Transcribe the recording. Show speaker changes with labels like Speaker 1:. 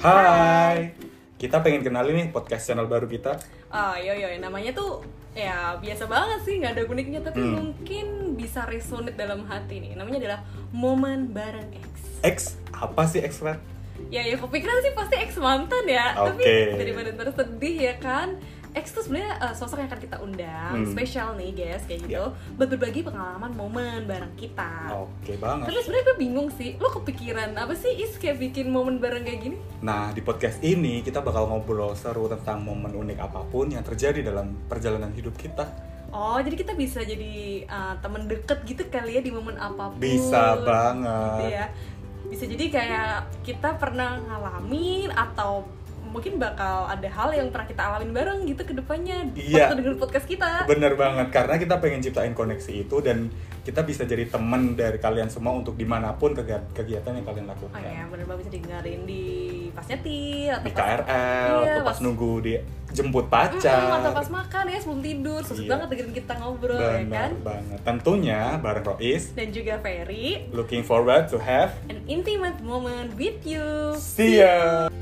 Speaker 1: Hai. Kita pengen kenalin nih podcast channel baru kita.
Speaker 2: Ah, yo yo, namanya tuh ya biasa banget sih, nggak ada uniknya tapi
Speaker 1: Hmm.
Speaker 2: mungkin bisa resonate dalam hati nih. Namanya adalah momen bareng X.
Speaker 1: X apa sih X Flat?
Speaker 2: Ya ya, kepikiran sih pasti X mantan ya, tapi
Speaker 1: Oke.
Speaker 2: daripada ntar sedih ya kan. X tuh sebenarnya eh, sosok yang akan kita undang,
Speaker 1: Hmm. Ya.
Speaker 2: spesial nih guys kayak gitu, buat berbagi pengalaman momen bareng kita.
Speaker 1: Oke banget.
Speaker 2: Tapi sebenarnya gue bingung sih, lo kepikiran apa sih Is kayak bikin momen bareng kayak gini?
Speaker 1: Nah di podcast ini kita bakal ngobrol seru tentang momen unik apapun yang terjadi dalam perjalanan hidup kita.
Speaker 2: Oh, jadi kita bisa jadi eh, temen deket gitu kali ya di momen apapun.
Speaker 1: Bisa
Speaker 2: gitu
Speaker 1: banget.
Speaker 2: ya bisa jadi kayak kita pernah ngalamin atau mungkin bakal ada hal yang pernah kita alamin bareng gitu ke depannya
Speaker 1: Iya.
Speaker 2: waktu dengerin podcast kita
Speaker 1: Bener banget karena kita pengen ciptain koneksi itu dan kita bisa jadi temen dari kalian semua untuk dimanapun kegi- kegiatan yang kalian
Speaker 2: oh
Speaker 1: lakukan.
Speaker 2: ya bener banget bisa dengerin di pas nyetir atau
Speaker 1: Di
Speaker 2: pas
Speaker 1: KRL
Speaker 2: Iya,
Speaker 1: atau pas
Speaker 2: pas-
Speaker 1: nunggu di jemput
Speaker 2: Mm-mm,
Speaker 1: pacar.
Speaker 2: atau pas makan ya sebelum tidur susah
Speaker 1: Iya.
Speaker 2: banget dengerin kita ngobrol ya kan
Speaker 1: Bener banget. Tentunya bareng Rois
Speaker 2: dan juga Ferry
Speaker 1: Looking forward to have
Speaker 2: an intimate moment with you
Speaker 1: See ya.